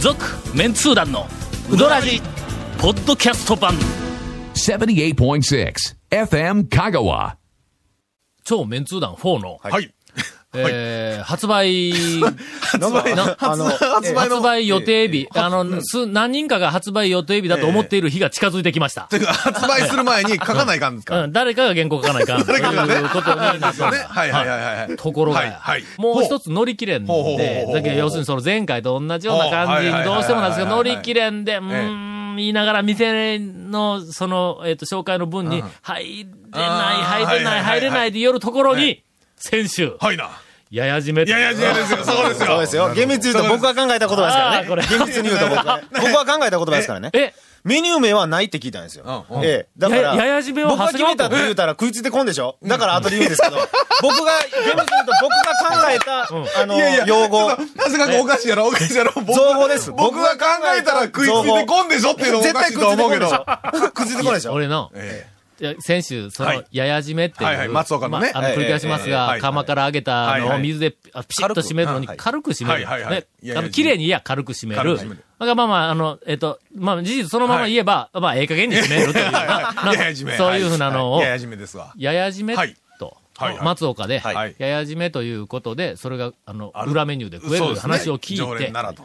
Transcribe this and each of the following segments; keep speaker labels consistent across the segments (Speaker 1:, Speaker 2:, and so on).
Speaker 1: 続メンツー団のウドラジポッドキャスト版
Speaker 2: 78.6 FM Kagawa.
Speaker 1: 超メンツー団4の、
Speaker 3: はい。
Speaker 1: えー発 売
Speaker 3: 名前
Speaker 1: な
Speaker 3: あの、発売の。
Speaker 1: 発売予定日、あの、す何人かが発売予定日だと思っている日が近づいてきました。
Speaker 3: てか発売する前に書かないかんですか
Speaker 1: うん、誰かが原稿書かない かんという
Speaker 3: かがね
Speaker 1: ことになります
Speaker 3: よね。はいはいはいはい。
Speaker 1: ところが、
Speaker 3: はいはい
Speaker 1: もう一
Speaker 3: つ。
Speaker 1: つ乗り切れん
Speaker 3: ほうほうほうほう
Speaker 1: で
Speaker 3: ほ、う
Speaker 1: だけど要するにその前回と同じような感じ
Speaker 3: ほうはいはいはい
Speaker 1: にどうしてもなんですけど、
Speaker 3: は
Speaker 1: 乗
Speaker 3: いはい
Speaker 1: り切れんで、うーん、言いながら店の、その、えっ、と、紹介の分に、入れない、
Speaker 3: あー
Speaker 1: 入れない、
Speaker 3: はいはいはい
Speaker 1: 入れないで夜ところ
Speaker 3: は
Speaker 1: に、先週、
Speaker 3: はいな。
Speaker 1: ややじめ
Speaker 3: いやいや、違うですよ。そうですよ。
Speaker 4: そうですよ。厳密に言うと僕が考えた言葉ですから
Speaker 1: あー
Speaker 4: ね。
Speaker 1: これ
Speaker 4: 厳密に言うと僕がね。僕が考えた言葉ですからね。
Speaker 1: え、
Speaker 4: メニュー名はないって聞いたんですよ
Speaker 3: うんうん。
Speaker 4: ええ。だから、
Speaker 1: やややじめは
Speaker 4: 僕が決めたって言うたら食いついてこんでしょだから後で言うんですけど、僕が、厳密に言うと僕が考えた、あの、
Speaker 3: いやいや、
Speaker 4: 用語
Speaker 3: ちょっ。となぜかおかしいやろ、おかしいやろ。僕
Speaker 4: 造語です
Speaker 3: 僕が考えたら食いついてこんでしょっていうのもお
Speaker 4: 絶
Speaker 3: か
Speaker 4: 対
Speaker 3: しい
Speaker 4: 食
Speaker 3: とはい
Speaker 4: いつ
Speaker 3: 思
Speaker 4: てこ
Speaker 3: うんけ
Speaker 4: で
Speaker 3: ど
Speaker 4: し。ょ食いついてこんでしょ
Speaker 1: 俺の、
Speaker 3: ええ
Speaker 1: いや先週、そ
Speaker 3: は
Speaker 1: の
Speaker 3: い、
Speaker 1: ややじめっていう、
Speaker 3: はいはい松岡のね
Speaker 1: まあ、あの、
Speaker 4: ええ
Speaker 1: 繰り返しますが、
Speaker 3: ええ
Speaker 1: 釜から揚げた
Speaker 3: はい
Speaker 1: の
Speaker 3: は
Speaker 1: を
Speaker 3: い
Speaker 1: 水であピシッと締めるのに、軽く締める。
Speaker 3: はいはいはいい
Speaker 1: ね。
Speaker 3: やいや
Speaker 1: あの、綺麗にいや、軽く締める。
Speaker 3: 軽く締める
Speaker 1: だからまあまあ、あの、えっと、まあ、事実そのまま言えば、まあ、ええ加減に締める というような、
Speaker 3: はいややじめ。
Speaker 1: そういうふうなのを
Speaker 3: いや、やじめですわ。
Speaker 1: ややじめ
Speaker 3: はい
Speaker 1: と、
Speaker 3: はいはい
Speaker 1: 松岡で、
Speaker 3: はい
Speaker 1: ややじめということで、それが、あの、
Speaker 3: ある
Speaker 1: 裏メニューで食え
Speaker 3: そう
Speaker 1: る
Speaker 3: ですね
Speaker 1: 話を聞
Speaker 3: 常
Speaker 1: いて、
Speaker 3: 連ならと。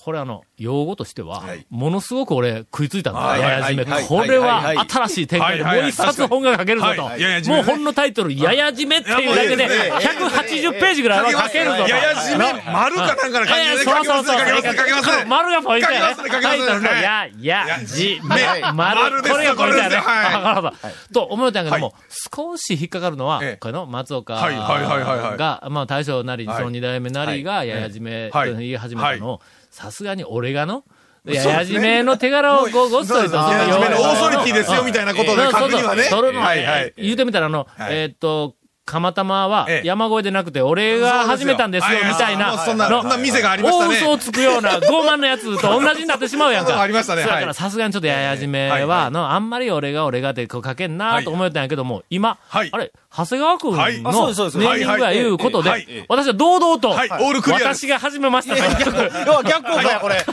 Speaker 1: これあの、用語としては
Speaker 3: はい、
Speaker 1: ものすごく俺食いついたんだ
Speaker 3: はい
Speaker 1: よ、
Speaker 3: はい
Speaker 1: ややじめ。
Speaker 4: はいはい
Speaker 1: これ
Speaker 4: はいは
Speaker 1: はい新しい展開で、も
Speaker 3: はいうはい
Speaker 1: 一冊本が書けるぞ
Speaker 3: はいはいやや
Speaker 1: と。
Speaker 3: じめ
Speaker 1: もう
Speaker 3: ね
Speaker 1: 本のタイトル、ややじめっていうだけで、
Speaker 3: いやいや
Speaker 1: 180ページぐらいは書けるぞと。
Speaker 3: いやいや、じめ、丸かなんかの感じで書
Speaker 1: そう
Speaker 3: きま
Speaker 1: そう
Speaker 3: すね、
Speaker 1: そう。
Speaker 3: 書きますね、書きますね。
Speaker 1: 丸がポイントやね。
Speaker 3: 書きますね書きますね
Speaker 1: タイトルの
Speaker 3: はい
Speaker 1: や、や、じ、め
Speaker 3: はい、
Speaker 1: 丸。
Speaker 3: 丸です
Speaker 1: これがポイントやね。
Speaker 3: これですよはい
Speaker 1: あなるほど。と思うんだけども
Speaker 3: は、
Speaker 1: 少し引っかかるのは
Speaker 3: ええ、
Speaker 1: この松岡
Speaker 3: はいはいはいはいはい
Speaker 1: が、まあ大将なり、
Speaker 3: はい
Speaker 1: その二代目なりが、ややじめと言い始めたのを、さすがに俺が の、ややじめの手柄をごごっそりと。
Speaker 3: いやいやじめのオーソリティですよ、みたいなことで書くにはね。
Speaker 1: そうそうそうそれも
Speaker 3: はいはい。
Speaker 1: 言うてみたら、あの、
Speaker 3: はい
Speaker 1: えーっと、釜玉は
Speaker 3: ええ
Speaker 1: 山越えでなくて、俺が始めたんですよ、みたいな。
Speaker 3: そうですよはいはい
Speaker 1: の
Speaker 3: そんな店がありました
Speaker 1: 大
Speaker 3: ね
Speaker 1: 嘘をつくような傲慢なやつと同じになってしまうやん
Speaker 3: そう
Speaker 1: か。
Speaker 3: ありましたね
Speaker 1: そうだか
Speaker 3: は
Speaker 1: ら
Speaker 3: い
Speaker 1: さすがにちょっとややじめ
Speaker 3: はい
Speaker 1: は、
Speaker 3: はい
Speaker 1: あのあんまり俺が俺がってこうかけんなと思ったんやけども、今、あ
Speaker 3: はい
Speaker 1: れ、長谷川君の
Speaker 3: は
Speaker 1: ネ
Speaker 3: い
Speaker 4: あそうですそうです
Speaker 1: ーミングがいうこと
Speaker 3: はいはい
Speaker 1: で、私は堂々と、
Speaker 3: はいオールクリアです
Speaker 1: 私が始めましたと。
Speaker 4: 要は逆効果や、これ。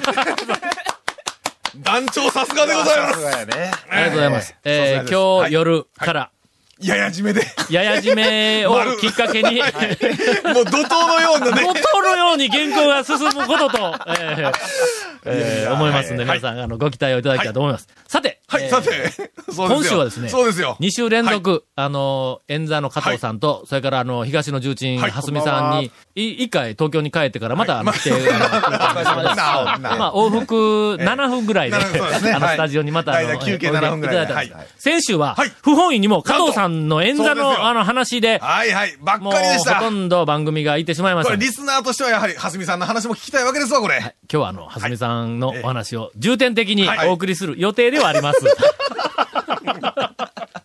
Speaker 3: 団長さすがでございます。
Speaker 4: やね。
Speaker 1: ありがとうございます。え
Speaker 3: さすがで
Speaker 1: ー
Speaker 3: す
Speaker 1: 今
Speaker 3: は
Speaker 1: 日
Speaker 3: い
Speaker 1: 夜から、
Speaker 3: ややじめで。
Speaker 1: ややじめを
Speaker 3: 丸
Speaker 1: きっかけに、
Speaker 3: もう怒涛のようなね。
Speaker 1: 元のように原稿が進むことと、えーえー思いますんで、
Speaker 3: はい
Speaker 1: 皆さん、あの、ご期待をいただきたいと思います。さて、
Speaker 3: はい、さて、そう
Speaker 1: 今週はですね
Speaker 3: そうですよ。
Speaker 1: 2週連続、あの、演座の加藤さんと、それからあの、東の重鎮、
Speaker 3: はい
Speaker 1: 蓮見さんに、い一回東京に帰ってから、また、あの来て、あの
Speaker 3: な
Speaker 1: まあまあ、往復7分ぐらいで、
Speaker 3: なるほどそうですね
Speaker 1: あの、
Speaker 3: はい
Speaker 1: スタジオにまた、あの、
Speaker 3: 大体休憩
Speaker 1: おいで
Speaker 3: 7分ぐらいで
Speaker 1: ただいたん
Speaker 3: は
Speaker 1: で
Speaker 3: い
Speaker 1: す。先週は
Speaker 3: はい、
Speaker 1: 不本意にも加藤さんの演座
Speaker 3: なんとそうです
Speaker 1: の、
Speaker 3: よ
Speaker 1: あの、話で、
Speaker 3: はいはい、ばっ
Speaker 1: もう、
Speaker 3: かりでし
Speaker 1: ほ
Speaker 3: た。
Speaker 1: とんど番組がいってしまいまし
Speaker 3: こ
Speaker 1: た
Speaker 3: れ、
Speaker 1: ね。
Speaker 3: リスナーとしてはやはり、はすみさんの話も聞きたいわけですわ、これ。はい、
Speaker 1: 今日はあの、はすみさんのお話を重点的に
Speaker 3: はい
Speaker 1: お送りする予定ではあります。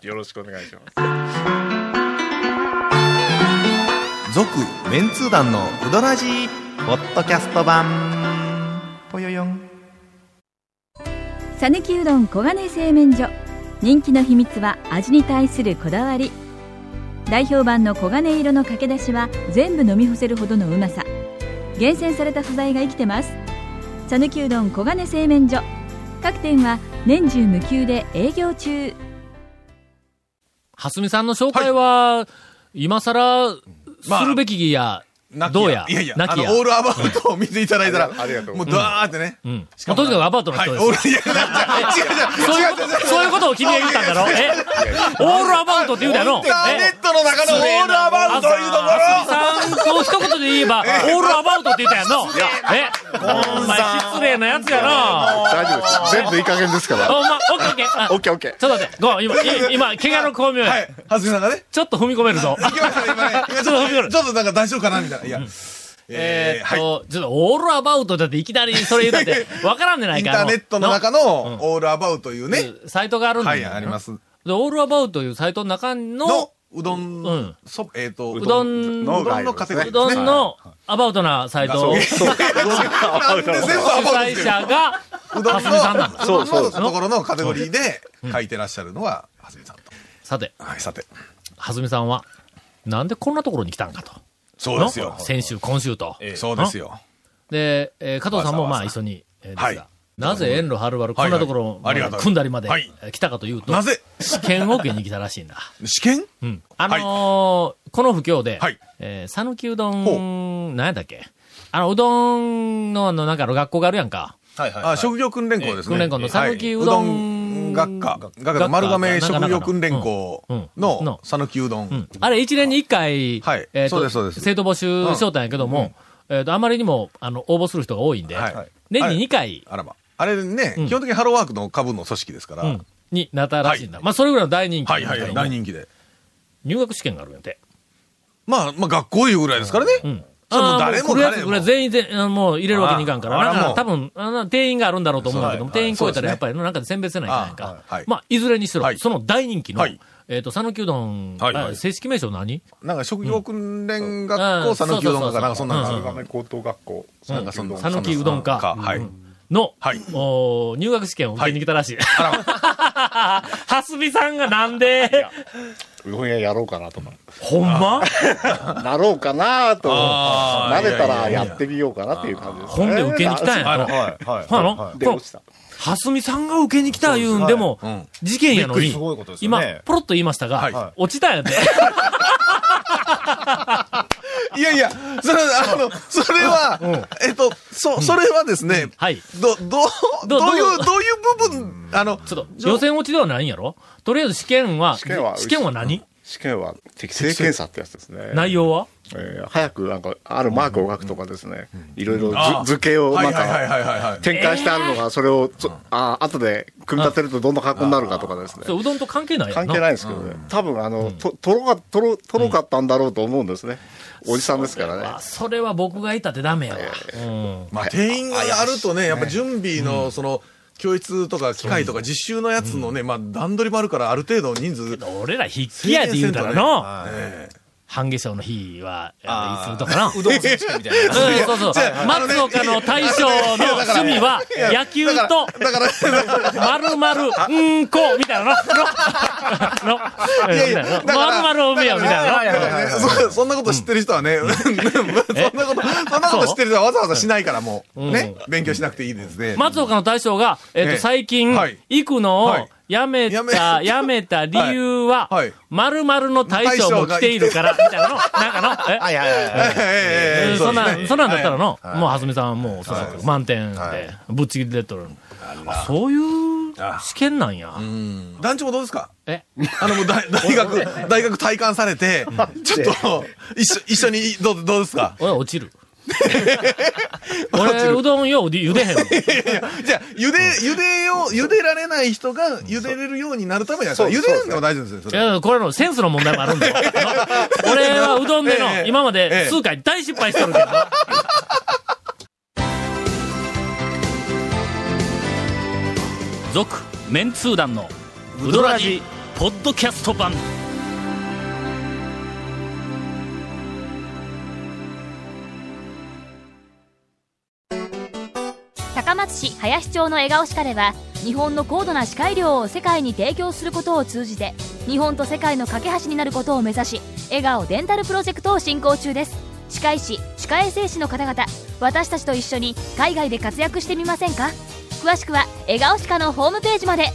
Speaker 3: よろしくお願いします。
Speaker 5: 続メンツー団のウドラジーポッドキャスト版ぽよよん
Speaker 6: さぬきうどん黄金製麺所人気の秘密は味に対するこだわり代表版の黄金色のかけだしは全部飲み干せるほどのうまさ厳選された素材が生きてます「さぬきうどん黄金製麺所」各店は年中無休で営業中
Speaker 1: はすみさんの紹介は、今更、するべきや、どうや
Speaker 3: いやいや、、
Speaker 1: な
Speaker 3: あ
Speaker 1: き
Speaker 3: の、
Speaker 1: や。
Speaker 3: オールアバウトを見ていただいたら、もう、ダーってね。
Speaker 1: うん。
Speaker 3: し
Speaker 1: ま
Speaker 3: か
Speaker 1: あ
Speaker 3: も
Speaker 1: とにかくアパートの
Speaker 3: はい、
Speaker 1: 人
Speaker 3: オ
Speaker 1: で
Speaker 3: ー
Speaker 1: す。
Speaker 3: ル、いや、
Speaker 1: そういう
Speaker 3: 違う違う違う違う違う
Speaker 1: こ
Speaker 3: 違う
Speaker 1: と、そういうことを君が言ったんだろえオールアバウトって言うだろ
Speaker 3: インターネットの中のオールアバウトというところ
Speaker 1: さん、そう一言で言えば、オールアバウトって言ったやんの。えお前失礼なやつやな。
Speaker 7: 大丈夫です。全部いい加減ですから。
Speaker 1: お前、オッケーオッケーあ。
Speaker 7: オッケーオッケー。
Speaker 1: ちょっと待って、ご今、今、怪我の巧妙や
Speaker 3: はい、はすみさんがね。
Speaker 1: ちょっと踏み込めるぞ。
Speaker 3: 今ね 今ね今ちょっと、ちょっとなんか大丈夫かなみたいな。いや。
Speaker 1: え
Speaker 3: え
Speaker 1: ーっ
Speaker 3: ーはい。
Speaker 1: と、ちょっと、オールアバウトだっていきなりそれ言う たって、わからんでない
Speaker 3: イン
Speaker 1: か
Speaker 3: タ
Speaker 1: ら。
Speaker 3: ーネットの中のオールアバウトというね。
Speaker 1: のサイトがあるんだ
Speaker 3: は
Speaker 1: よ
Speaker 3: い、あります。
Speaker 1: で、オールアバウトというサイトの中の
Speaker 3: の、、うどん、
Speaker 1: うん
Speaker 3: そえっと、
Speaker 1: うどん
Speaker 3: うどんのカテゴリ
Speaker 1: う
Speaker 3: ー
Speaker 1: ど
Speaker 3: です
Speaker 1: ん
Speaker 3: ね。
Speaker 1: のアバウトなサイトを、主
Speaker 3: なんで全部アバウト
Speaker 1: 催
Speaker 3: してる
Speaker 1: 者が、
Speaker 3: うどん
Speaker 1: はすみさんなんだ。
Speaker 3: の、うどんのところのカテゴリーで書いてらっしゃるのは、はすみさんと。
Speaker 1: さて、
Speaker 3: はい、さて。
Speaker 1: はずみさんは、なんでこんなところに来たんかと。
Speaker 3: そうですよ
Speaker 1: の。先週、今週と。
Speaker 3: そうですよ。
Speaker 1: で、えー加藤さんもま
Speaker 3: わざわざ
Speaker 1: あ一緒にえーですが、
Speaker 3: はい
Speaker 1: なぜ遠路はるばるこんなところ
Speaker 3: はいはいありがとう
Speaker 1: 組んだりまで
Speaker 3: はい
Speaker 1: えー来たかというと、
Speaker 3: なぜ
Speaker 1: 試験を受けに来たらしいんだ。
Speaker 3: 試験
Speaker 1: うん。あのーこの不況で、
Speaker 3: はい
Speaker 1: えー、讃岐うど
Speaker 3: ほ
Speaker 1: ん、何やったっけあの、うどんの、あの、なんかの学校があるやんか。
Speaker 4: はいはい、は
Speaker 3: あ、
Speaker 4: い。
Speaker 3: 職業訓練校ですね。
Speaker 1: 訓練校の讃岐うどん
Speaker 3: はいうどん学科。
Speaker 1: 学
Speaker 3: 学
Speaker 1: 科
Speaker 3: 科、丸亀職業訓練校
Speaker 1: うんうん
Speaker 3: の讃岐うど
Speaker 1: うん
Speaker 3: ん。。
Speaker 1: あれ、一年に一回、
Speaker 3: はい
Speaker 1: えーと
Speaker 3: そうですそうです
Speaker 1: 生徒募集しようたんやけども、えっ、と、あまりにも、あの、応募する人が多いんで、
Speaker 3: はい
Speaker 1: 年に二回、
Speaker 3: あらま。あれね、
Speaker 1: うん
Speaker 3: 基本的にハローワークの株の組織ですから。
Speaker 1: うん、になったらしいんだ。まあ、それぐらいの大人気な
Speaker 3: は
Speaker 1: ん
Speaker 3: い
Speaker 1: だ
Speaker 3: は
Speaker 1: け
Speaker 3: い
Speaker 1: ども、
Speaker 3: はい、大人気で。
Speaker 1: 入学試験があるんやて。
Speaker 3: まあ、まあ学校いうぐらいですからね。
Speaker 1: ん
Speaker 3: それもう
Speaker 1: ああ
Speaker 3: 誰も
Speaker 1: 来るやつ
Speaker 3: 誰も
Speaker 1: これ全員全、あもう入れるわけにいかんから。
Speaker 3: ああ
Speaker 1: だから
Speaker 3: もう
Speaker 1: 多分、あの定員があるんだろうと思うんだけども、
Speaker 4: そう
Speaker 1: 定員超えた
Speaker 3: そうで
Speaker 1: ら
Speaker 3: すね
Speaker 1: やっぱりなんか選別せないかんやん
Speaker 3: あ
Speaker 1: か
Speaker 3: あはい
Speaker 1: まあ、いずれにしろ
Speaker 3: は、い
Speaker 1: その大人気の
Speaker 3: はい、
Speaker 1: えっと、讃岐うどん、
Speaker 3: はいはい
Speaker 1: あ正式名称何
Speaker 3: なんか職業訓練学
Speaker 1: うん
Speaker 3: 校讃岐うどん
Speaker 1: うん
Speaker 3: とか、なんかそんな
Speaker 1: そうそう
Speaker 3: の
Speaker 1: そ
Speaker 3: が
Speaker 7: 亀高等学校。
Speaker 3: なんかそんな
Speaker 1: 讃岐うどんか
Speaker 3: はい。
Speaker 1: の、
Speaker 3: はい
Speaker 1: おー入学試験を受けに来たらしい。 はすみさんがなんで、
Speaker 7: うどん屋やろうかなとか。
Speaker 1: ほんま
Speaker 7: なろうかなと。
Speaker 3: あー
Speaker 7: なれたら
Speaker 3: いや
Speaker 7: や
Speaker 3: いやいや
Speaker 7: ってみようかなっていう感じですね。
Speaker 1: 本で受けに来たんやろ。
Speaker 4: はいはい。
Speaker 1: ほんやろ
Speaker 4: は
Speaker 7: で、
Speaker 1: この
Speaker 7: 落ちた。
Speaker 1: はすみさんが受けに来た言うんでも
Speaker 3: そうですはい、
Speaker 1: 事件やの
Speaker 4: びっく
Speaker 1: に
Speaker 4: りすごいことで、すよ
Speaker 1: 今
Speaker 4: ね、
Speaker 1: ポロッと言いました
Speaker 3: はい
Speaker 1: が
Speaker 3: は、
Speaker 1: 落ちたん やで。
Speaker 3: いやいや、それ、あの、それは、えっと、そ、それはですね、
Speaker 1: はい。
Speaker 3: ど、どう、
Speaker 1: ど
Speaker 3: どういう、
Speaker 1: どう
Speaker 3: どういう部分、あの、
Speaker 1: ちょっと、予選落ちではないんやろとりあえず試験は、
Speaker 7: 試験は
Speaker 1: 何
Speaker 7: 試験は適正検査ってやつですね。
Speaker 1: 内容は
Speaker 7: えー早くなんか、あるマークを書くとかですね。いろいろ
Speaker 3: あー
Speaker 7: 図図形を
Speaker 3: は
Speaker 7: ないん
Speaker 3: はいはい
Speaker 7: か、
Speaker 3: はいはいはい。
Speaker 7: 展開してあるのが、それをつ、あー後で組み立てるとどんな格好になるかとかですね。
Speaker 1: そう、うどんと関係ないや
Speaker 7: 関
Speaker 1: ん
Speaker 7: 係ない
Speaker 1: い。
Speaker 7: ですけどね、多分あの、ととろかとろとろかったんだろうと思うんですね、おじさんですからね
Speaker 1: あ、それは僕がいたってダメやわ。うん。
Speaker 3: まあ、定員があるとね、やっぱ準備の、その、教室とか機械とか実習のやつのね、まあ、段取りもあるから、ある程度人数、
Speaker 1: 俺ら筆記やって言うたらの、
Speaker 4: はい
Speaker 1: 半夏生の日は、あのいつ
Speaker 4: あ
Speaker 1: とかな。
Speaker 4: うどん選手権みたいな。
Speaker 1: うんそうそう。松岡の大将の趣味は、野球と、丸々、うんこ、みたいなの。の、の、
Speaker 3: いやいやだから
Speaker 1: 丸々うめえよ、みたいなの。
Speaker 3: そそんなこと知ってる人はね、そんなこと、
Speaker 1: え
Speaker 3: そんなこと知ってる人はわざわざしないからも
Speaker 1: う
Speaker 3: う、
Speaker 1: ん
Speaker 3: ね、勉強しなくていいですね。
Speaker 1: 松岡の大将が、えっ、と、
Speaker 3: ええ
Speaker 1: 最近、
Speaker 3: はい
Speaker 1: 行くのを
Speaker 3: はい
Speaker 1: やめ
Speaker 3: やめ
Speaker 1: た、やめた理由は
Speaker 3: はいはい、
Speaker 1: まるまるの大将も来ているから、みたいなの、なん かの、え、
Speaker 4: はいはいはい
Speaker 3: え
Speaker 4: はい。
Speaker 3: えええええ
Speaker 1: そんな
Speaker 3: うで
Speaker 1: ん、
Speaker 3: す
Speaker 1: そ
Speaker 3: ね
Speaker 1: んなんだったらの、もう、はすみさんはもう、おそらく満点で、ぶっちぎりで取る。あそういう試験なんや。
Speaker 3: うん団長もどうですか
Speaker 1: え、
Speaker 3: あの、もう大大学、大学体感されて、ちょっと、一緒、一緒に、どう、どうですか
Speaker 1: 俺落ち る。俺、うどんよう茹でへんわ。
Speaker 3: じゃあ、茹で、茹でよう、茹でられない人が茹でれるようになるためには、茹でるんでも大丈夫ですよ、そ
Speaker 1: い
Speaker 3: れ。
Speaker 1: や、これのセンスの問題もあるんだ よ。俺はうどんでの、
Speaker 3: ええ
Speaker 1: 今まで
Speaker 3: ええ
Speaker 1: 数回大失敗しとるけど。続、メンツー団の、ウドラジ、ポッドキャスト版。
Speaker 8: 高松市林町の笑顔歯科では日本の高度な歯科医療を世界に提供することを通じて日本と世界の架け橋になることを目指し笑顔デンタルプロジェクトを進行中です歯科医師歯科衛生士の方々私たちと一緒に海外で活躍してみませんか詳しくは笑顔歯科のホームページまで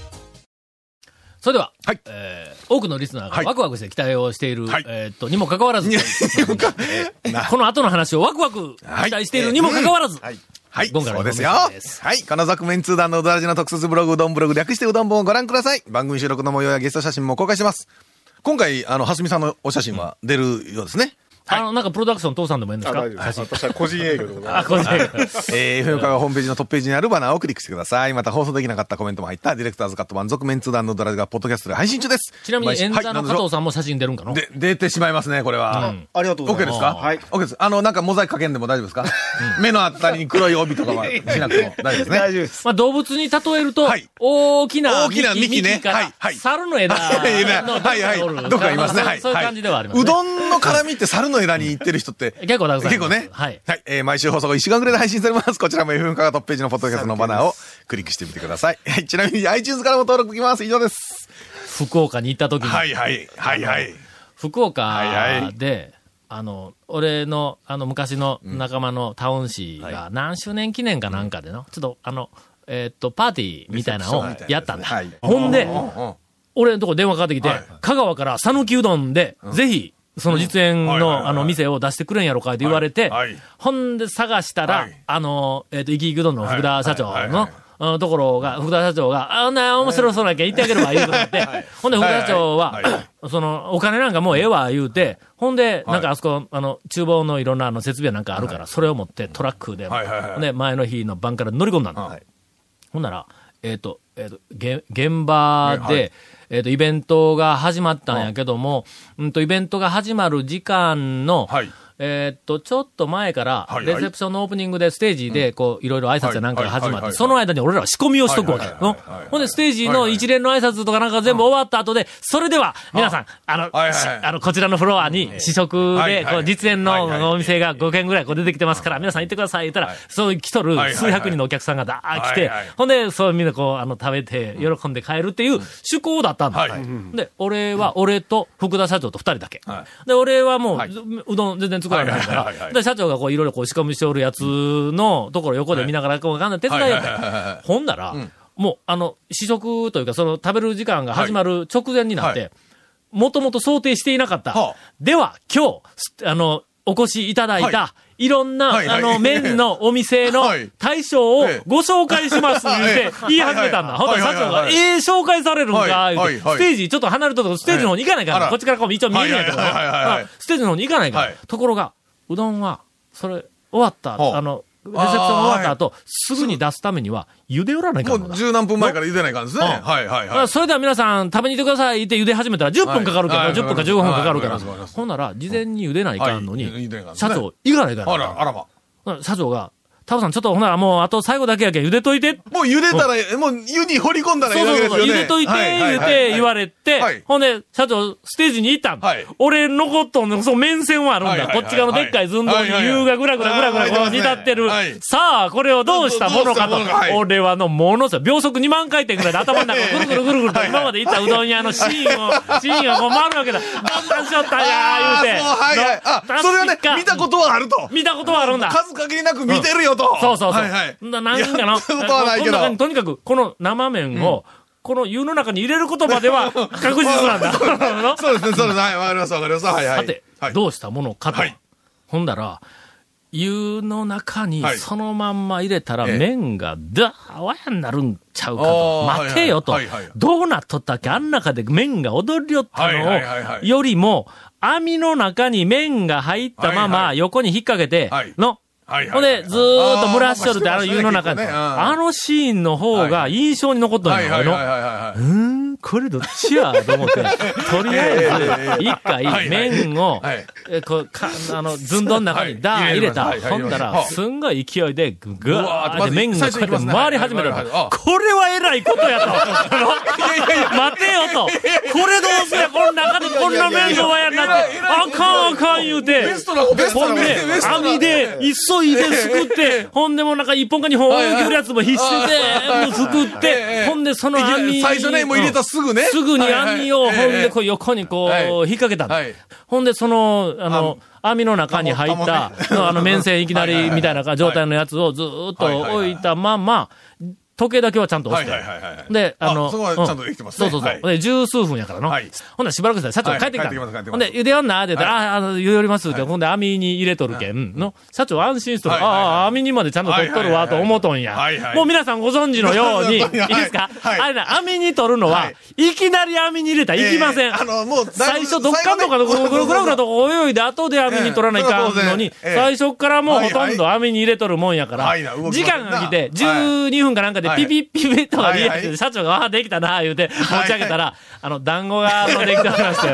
Speaker 1: それでは、
Speaker 3: はい
Speaker 1: えー多くのリスナー
Speaker 3: は
Speaker 1: が
Speaker 3: い
Speaker 1: ワクワクして期待をしている、
Speaker 3: はい
Speaker 1: えーっと、にもかかわらず、この後の話をワクワク期待しているにもかかわらず、
Speaker 3: はい、
Speaker 1: ゴンから
Speaker 3: そうですよ。
Speaker 1: ゴンです
Speaker 3: はい、金沢メンツー団のうどらじの特設ブログ、うどんブログ、略してうどん本をご覧ください。番組収録の模様やゲスト写真も公開してます。今回、あの、はすみさんのお写真は出るようですね。
Speaker 1: あの、なんかプロダクション父さんでもいいんです
Speaker 7: あ
Speaker 1: か
Speaker 7: 大丈夫です私は個人営業でございま
Speaker 1: あ、
Speaker 7: す
Speaker 1: これで。
Speaker 3: えー、FM カがホームページのトップページにあるバナーをクリックしてください。また放送できなかったコメントも入った、ディレクターズカット満足メンツー団のうどらじが、ポッドキャストで配信中です。
Speaker 1: ちなみに、演
Speaker 3: はい
Speaker 1: 座の
Speaker 3: なんでし
Speaker 1: 加
Speaker 3: ょう
Speaker 1: 藤さんも写真出るんかの
Speaker 3: で、出てしまいますね、これは。
Speaker 4: ありがとう
Speaker 3: オ
Speaker 4: ご
Speaker 3: ッケ
Speaker 4: ざ
Speaker 3: ーで
Speaker 4: いま
Speaker 3: す
Speaker 4: す。
Speaker 3: か
Speaker 4: はい
Speaker 3: オッケーです。あの、なんかモザイクかけんでも大丈夫ですか 目のあたりに黒い帯とかはしなくても大丈夫です ね。
Speaker 4: 大丈夫です。
Speaker 1: まあ、動物に例えると、
Speaker 3: はい
Speaker 1: 大きな
Speaker 3: 大きな幹ね
Speaker 1: から
Speaker 3: はいはい
Speaker 1: 猿の枝
Speaker 3: はいはい
Speaker 1: の
Speaker 3: はいはい。どっかいます ね。はい。
Speaker 1: そういう
Speaker 3: は
Speaker 1: 感じではあります、ね
Speaker 3: うどんの絡みって猿の枝に行ってる人って。
Speaker 1: 結構たくさんい
Speaker 3: 結
Speaker 1: ま
Speaker 3: 構
Speaker 1: す
Speaker 3: ね。
Speaker 1: はい
Speaker 3: はい。えー毎週放送後1時間くらいで配信されます。こちらも FM カがトップページのポッドキャストのバナーをクリックしてみてく ださい。はい。ちなみに iTunes からも登録できます。以上です。
Speaker 1: 福岡に行った時に、
Speaker 3: はいはい。はいはい。
Speaker 1: 福岡で、
Speaker 3: はいは
Speaker 1: あの、俺の、あの、昔の仲間のタウン誌が何周年記念かなんかでの、ちょっと、あの、えーっと、パーティーみたいなのをやったんだ。
Speaker 9: はい
Speaker 1: ほんで、俺のとこ電話かかってきて、香川から讃岐うどんで、ぜひ、その実演
Speaker 10: はいはいはいは
Speaker 1: の、
Speaker 10: い
Speaker 1: あの、店を出してくれんやろかって言われて
Speaker 10: はいはい、
Speaker 1: ほんで探した
Speaker 10: は
Speaker 1: ら
Speaker 10: い、
Speaker 1: あの、えーっと、生き生きうどんの福田社長
Speaker 10: はいはいはい
Speaker 1: の
Speaker 10: はい、
Speaker 1: あのところが、福田社長が、あんな面白そうなきゃ言ってあげればいいことになって、ほんで福田社長は、
Speaker 10: はいはいは
Speaker 1: その、お金なんかもうええわ、言うて、ほんで、なんかあそこ、あの、厨房のいろんなあの設備なんかあるから、それを持ってトラックで、
Speaker 10: はいはいはい
Speaker 1: ね、前の日の晩から乗り込んだんだ。ほんなら、えっ、と、えっ、と、げ現場で、えっ、と、イベントが始まったんやけども、うんと、イベントが始まる時間の、
Speaker 10: はい
Speaker 1: えっ、と、ちょっと前から
Speaker 10: は、いは
Speaker 1: レ
Speaker 10: い
Speaker 1: セプションのオープニングでステージで、こう、いろいろ挨拶やなんかが始
Speaker 10: はいはい
Speaker 1: まっ
Speaker 10: はいは
Speaker 1: て、
Speaker 10: い
Speaker 1: その間に俺らは仕込みをしとくわけ。
Speaker 10: はいはい
Speaker 1: うん
Speaker 10: はいはいはいはい
Speaker 1: ほんで、ステージ
Speaker 10: は
Speaker 1: の
Speaker 10: いはい
Speaker 1: 一連の挨拶とかなんか全部終わった後で、それでは、皆さん、あの、
Speaker 10: はいはい
Speaker 1: しあの、こちらのフロアに試食
Speaker 10: はい
Speaker 1: で、
Speaker 10: はい
Speaker 1: こう、実演
Speaker 10: はいはい
Speaker 1: のお店が5軒ぐらいこう出てきてますから、皆さん行ってください、言ったら、そう来と
Speaker 10: は
Speaker 1: る
Speaker 10: いはいはい
Speaker 1: 数百人のお客さんがだー来て
Speaker 10: はいはい、
Speaker 1: ほんで、そうみんなこう、あの、食べて、喜んで帰るっていう趣向だったんだ。
Speaker 10: はい
Speaker 1: で、俺は、俺と福田社長と二人だけ。で、俺はもう、うどん全然作らないか
Speaker 10: はいはいはいは
Speaker 1: ら、
Speaker 10: い
Speaker 1: で、社長がこう、いろいろこう、仕込みしておるやつのところ横で見ながら、こう、わかんない手伝いよって
Speaker 10: はいはいはいは。
Speaker 1: ほんなら、もう、あの、試食というか、その、食べる時間が始まる直前になっ
Speaker 10: は
Speaker 1: て、もともと想定していなかった。では、今日す、あの、お越しいただいた、い、ろんな、
Speaker 10: はいはい
Speaker 1: あの、麺のお店の
Speaker 10: はい
Speaker 1: 大将を
Speaker 10: ええ
Speaker 1: ご紹介しま すって言い始めたんだ。ほん
Speaker 10: は
Speaker 1: と
Speaker 10: い
Speaker 1: 社
Speaker 10: はいはい
Speaker 1: 長が、
Speaker 10: はいはいはい
Speaker 1: ええ紹介されるんか、
Speaker 10: はい
Speaker 1: 言うて
Speaker 10: はいはい
Speaker 1: ステージちょっと離れたとこ、ステージの方に行かないから、
Speaker 10: ええあら
Speaker 1: こっちからこう一応見えないところ、
Speaker 10: はいはいはいはいはい
Speaker 1: あステージの方に行かないから、
Speaker 10: はい
Speaker 1: ところが、うどんは、それ、終わった、
Speaker 10: ほう
Speaker 1: あの、レセプション終わった後、すぐに出すためには、茹で寄らないか
Speaker 3: も
Speaker 1: らな
Speaker 3: う十何分前から茹でない感じですね。
Speaker 1: うん
Speaker 3: はいはい
Speaker 1: ま
Speaker 3: は
Speaker 1: あ
Speaker 3: い。
Speaker 1: それでは皆さん、食べに行ってくださいって茹で始めたら10分かかるけど、
Speaker 3: はいはい
Speaker 1: 10分か15分かかるか
Speaker 3: は
Speaker 1: ら、
Speaker 3: いわかりますわかります
Speaker 1: ほんなら、事前に茹でないかんのに、
Speaker 3: はい茹でないかんね
Speaker 1: 社長、行かないか
Speaker 3: あ
Speaker 1: ら
Speaker 3: ら、あらま。
Speaker 1: な、社長が、タブさん、ちょっとほんならもう、あと最後だけやけん茹でといて、
Speaker 3: もう茹でたら、もう湯に掘り込んだらい
Speaker 1: そ
Speaker 3: いうわ
Speaker 1: そうそう、
Speaker 3: けですよね。
Speaker 1: 茹でといて、
Speaker 3: はは
Speaker 1: 言う
Speaker 3: は
Speaker 1: て言われ
Speaker 3: はい
Speaker 1: て、ほんで、社長、ステージに行ったん
Speaker 3: はい。
Speaker 1: 俺、残っとんの、その面線はあるん
Speaker 3: はい
Speaker 1: だ。
Speaker 3: はい
Speaker 1: こ
Speaker 3: はい
Speaker 1: っち側のでっかい寸胴
Speaker 3: は
Speaker 1: に
Speaker 3: いはいはい
Speaker 1: 優雅ぐらぐらぐらぐら
Speaker 3: あー
Speaker 1: こう
Speaker 3: 入ってますね
Speaker 1: 煮立ってる
Speaker 3: はい。
Speaker 1: さあ、これをどうしたものかと
Speaker 3: どうどうしたものかはい。
Speaker 1: 俺はの、ものすごい、秒速2万回転ぐらいで頭の中をぐるぐるぐるぐると、今まで行ったうどん屋のシーンを、シーンがこう回るわけだ。だんだんしよったんや、
Speaker 3: あ
Speaker 1: 言う
Speaker 3: ー
Speaker 1: て。
Speaker 3: そうはいはい。
Speaker 1: な
Speaker 3: あ、それはね
Speaker 1: 確か、
Speaker 3: 見たことはあると。
Speaker 1: 見たことはあるんだ。
Speaker 3: 数限りなく見てるよと。
Speaker 1: そうそうそう。
Speaker 3: はいはい。
Speaker 1: ななんかの、
Speaker 3: やったことはないけ
Speaker 1: こ
Speaker 3: ど
Speaker 1: の中にとにかく、この生麺を、この湯の中に入れることまでは確実なん だ。の
Speaker 3: そうですね、そうですね。はい、わかりました、わかりました。はいはい。
Speaker 1: さて、
Speaker 3: はい、
Speaker 1: どうしたものかと。
Speaker 3: はい
Speaker 1: ほんだら、湯の中に
Speaker 3: はい
Speaker 1: そのまんま入れたら
Speaker 3: ええ
Speaker 1: 麺がだーわやになるんちゃうかと。
Speaker 3: あー
Speaker 1: 待てよと
Speaker 3: はいはいはいはい。
Speaker 1: どうなっとったっけあん中で麺が踊りよった
Speaker 10: はいはいはい
Speaker 1: の
Speaker 10: は
Speaker 1: を、
Speaker 10: い
Speaker 1: よりも、網の中に麺が入ったま
Speaker 10: はい
Speaker 1: ま
Speaker 10: はい
Speaker 1: 横に引っ掛けて
Speaker 10: はい、
Speaker 1: の、
Speaker 10: はいはい。
Speaker 1: ほんで、ずーっと蒸らしとるって、あ
Speaker 3: あー
Speaker 1: の湯の中で。
Speaker 3: まあ知ってますね結構ねうん
Speaker 1: あのシーンの方が印象に残った
Speaker 10: は
Speaker 1: ん
Speaker 10: い
Speaker 1: や、
Speaker 10: は
Speaker 1: 俺
Speaker 10: いはい
Speaker 1: の。
Speaker 10: はいは
Speaker 1: うーん、これどっちやと思って、とりあえず、一回麺を
Speaker 10: いはい、
Speaker 1: えこう、か、あの、ずんどん中にダー
Speaker 10: はい
Speaker 1: 入れた
Speaker 10: 入れ。ます
Speaker 1: ほ
Speaker 10: はい
Speaker 1: んだ
Speaker 10: 入れ
Speaker 1: ら、
Speaker 10: ます
Speaker 1: すんごい勢いで、ぐぐ
Speaker 10: うわー
Speaker 1: わ
Speaker 10: っと
Speaker 1: ーって
Speaker 10: まず
Speaker 1: 麺が
Speaker 10: 最
Speaker 1: こ
Speaker 10: 初に行き
Speaker 1: うやって
Speaker 10: ますね
Speaker 1: 回り始めた
Speaker 10: はいはい
Speaker 1: ら
Speaker 10: はいあ、
Speaker 1: これはえらいことやと。あの待てよと。これどうすりゃ、この中でこんな麺がわやになって、あかんあかん言うて。ほんで、網で、急いですくって、ほんでもうなんか一本か二本泳ぎるやつも必死で、もうすくって、ほんでその網に。
Speaker 3: 最初ね、もう入れたすぐね。
Speaker 1: すぐに網を、ほんで、こ
Speaker 3: う
Speaker 1: う横にこ、
Speaker 3: はいう
Speaker 1: 引っ掛けたんだ
Speaker 3: はい
Speaker 1: ほんで、その、あの、網の中に入った、あの、面線いきなりみたいな状態のやつをずーっと置いたまま、時計だけはちゃんと押して。
Speaker 10: はいはいはいはい
Speaker 1: で、あの、
Speaker 3: あそこはちゃんとできてますね
Speaker 1: うんそうそう
Speaker 3: は
Speaker 1: そ。
Speaker 3: いう
Speaker 1: で、十数分やからの。
Speaker 10: はい
Speaker 1: ほんならしばらくしたら社長
Speaker 10: はい
Speaker 1: 帰ってきた
Speaker 10: 帰ってきます帰っ
Speaker 1: の。
Speaker 10: てき
Speaker 1: ほ
Speaker 10: ま
Speaker 1: ん
Speaker 10: す
Speaker 1: で、茹であんなって言ったら、ああ、あの、茹でりますって、ほんで網に入れとるけん、の。社長安心しとる。
Speaker 10: はいはいはい
Speaker 1: ああ、網にまでちゃんと取っとるわ、と思うとんや
Speaker 10: はいはいは。い
Speaker 1: もう皆さんご存知のように、いい
Speaker 3: はいは
Speaker 1: で
Speaker 3: い
Speaker 1: すか
Speaker 3: はい
Speaker 1: あれな、網に取るのは、いきなり網に入れたらいきません。
Speaker 3: あの、もう、
Speaker 1: 最初、どっかんどっかの、ぐるぐるぐるぐると泳いで、後で網に取らないかんのに、
Speaker 3: ええ
Speaker 1: 最初からもうほと
Speaker 3: は
Speaker 1: ん
Speaker 3: い
Speaker 1: ど網に入れとるもんやか
Speaker 3: はいな
Speaker 1: ら
Speaker 3: 動き
Speaker 1: 時
Speaker 3: ま、せんな
Speaker 1: 間が来て、12分かなんかでピピッピピッとかリアル
Speaker 3: はいは
Speaker 1: で、
Speaker 3: い
Speaker 1: 社長が、ああ、できたな、言うて、持ち上げたら、あの、団子が、あの、できておりま して、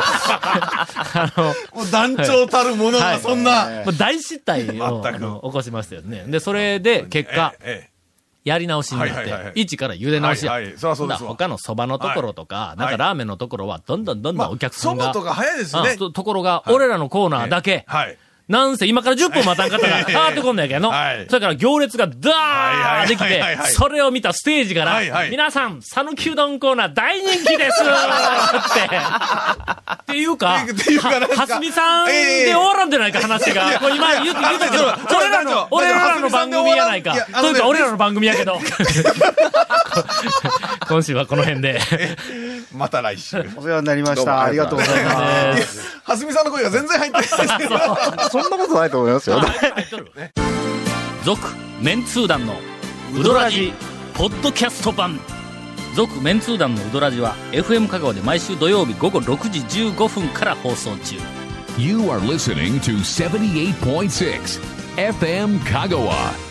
Speaker 1: あの、
Speaker 3: もう団長たるもの
Speaker 1: は
Speaker 3: が
Speaker 1: い
Speaker 3: そんな。
Speaker 1: もう大失態を、あ
Speaker 3: 全く
Speaker 1: の、起こしましたよね。で、それで、結果、
Speaker 10: え
Speaker 1: やり直しにな
Speaker 10: はいはいはいは
Speaker 1: っ
Speaker 10: い
Speaker 1: て、一から茹で直しや。
Speaker 10: はいはいそりゃそうですわ
Speaker 1: ほんだら他の蕎麦のところとか、なんかラーメンのところは、どんどんどんどんお客さ
Speaker 3: そ
Speaker 1: んが
Speaker 3: ばと、か早いです
Speaker 1: あ
Speaker 3: ね。
Speaker 1: とところが、俺らのコーナーだけ、
Speaker 10: はい。
Speaker 1: なんせ今から10分待たんか ったら、パーってこんのやけど、
Speaker 3: はい
Speaker 1: それから行列がダーッでき
Speaker 3: はい
Speaker 1: て
Speaker 3: はいはいはい、
Speaker 1: それを見たステージから、
Speaker 3: はいはい
Speaker 1: 皆さん、讃岐うどんコーナー 大人気です って。っていうか、
Speaker 3: っていうかなんか
Speaker 1: はすみさんで終わらんじゃないか、話が。こう今言う言うたけど、
Speaker 3: ちょ
Speaker 1: 俺ら
Speaker 3: ちょ
Speaker 1: の、
Speaker 3: ちょ
Speaker 1: 俺らの
Speaker 3: 蓮見さ
Speaker 1: 番
Speaker 3: んで終
Speaker 1: 組
Speaker 3: わ
Speaker 1: や
Speaker 3: らん
Speaker 1: ないか
Speaker 3: いや。あ
Speaker 1: と
Speaker 3: の
Speaker 1: い
Speaker 3: ね
Speaker 1: うか、俺らの番組やけど。 今週はこの辺で。
Speaker 3: また来 週。
Speaker 7: お世話になりました。ありがとうございます。
Speaker 3: はすみさんの声が全然入ってない。
Speaker 11: そんなことないと思いますよ。
Speaker 1: 続メンツー団のウドラジポッドキャスト版続メンツー団のウドラジは FM 香川で毎週土曜日午後6時15分から放送中
Speaker 2: You are listening to 78.6 FM Kagawa.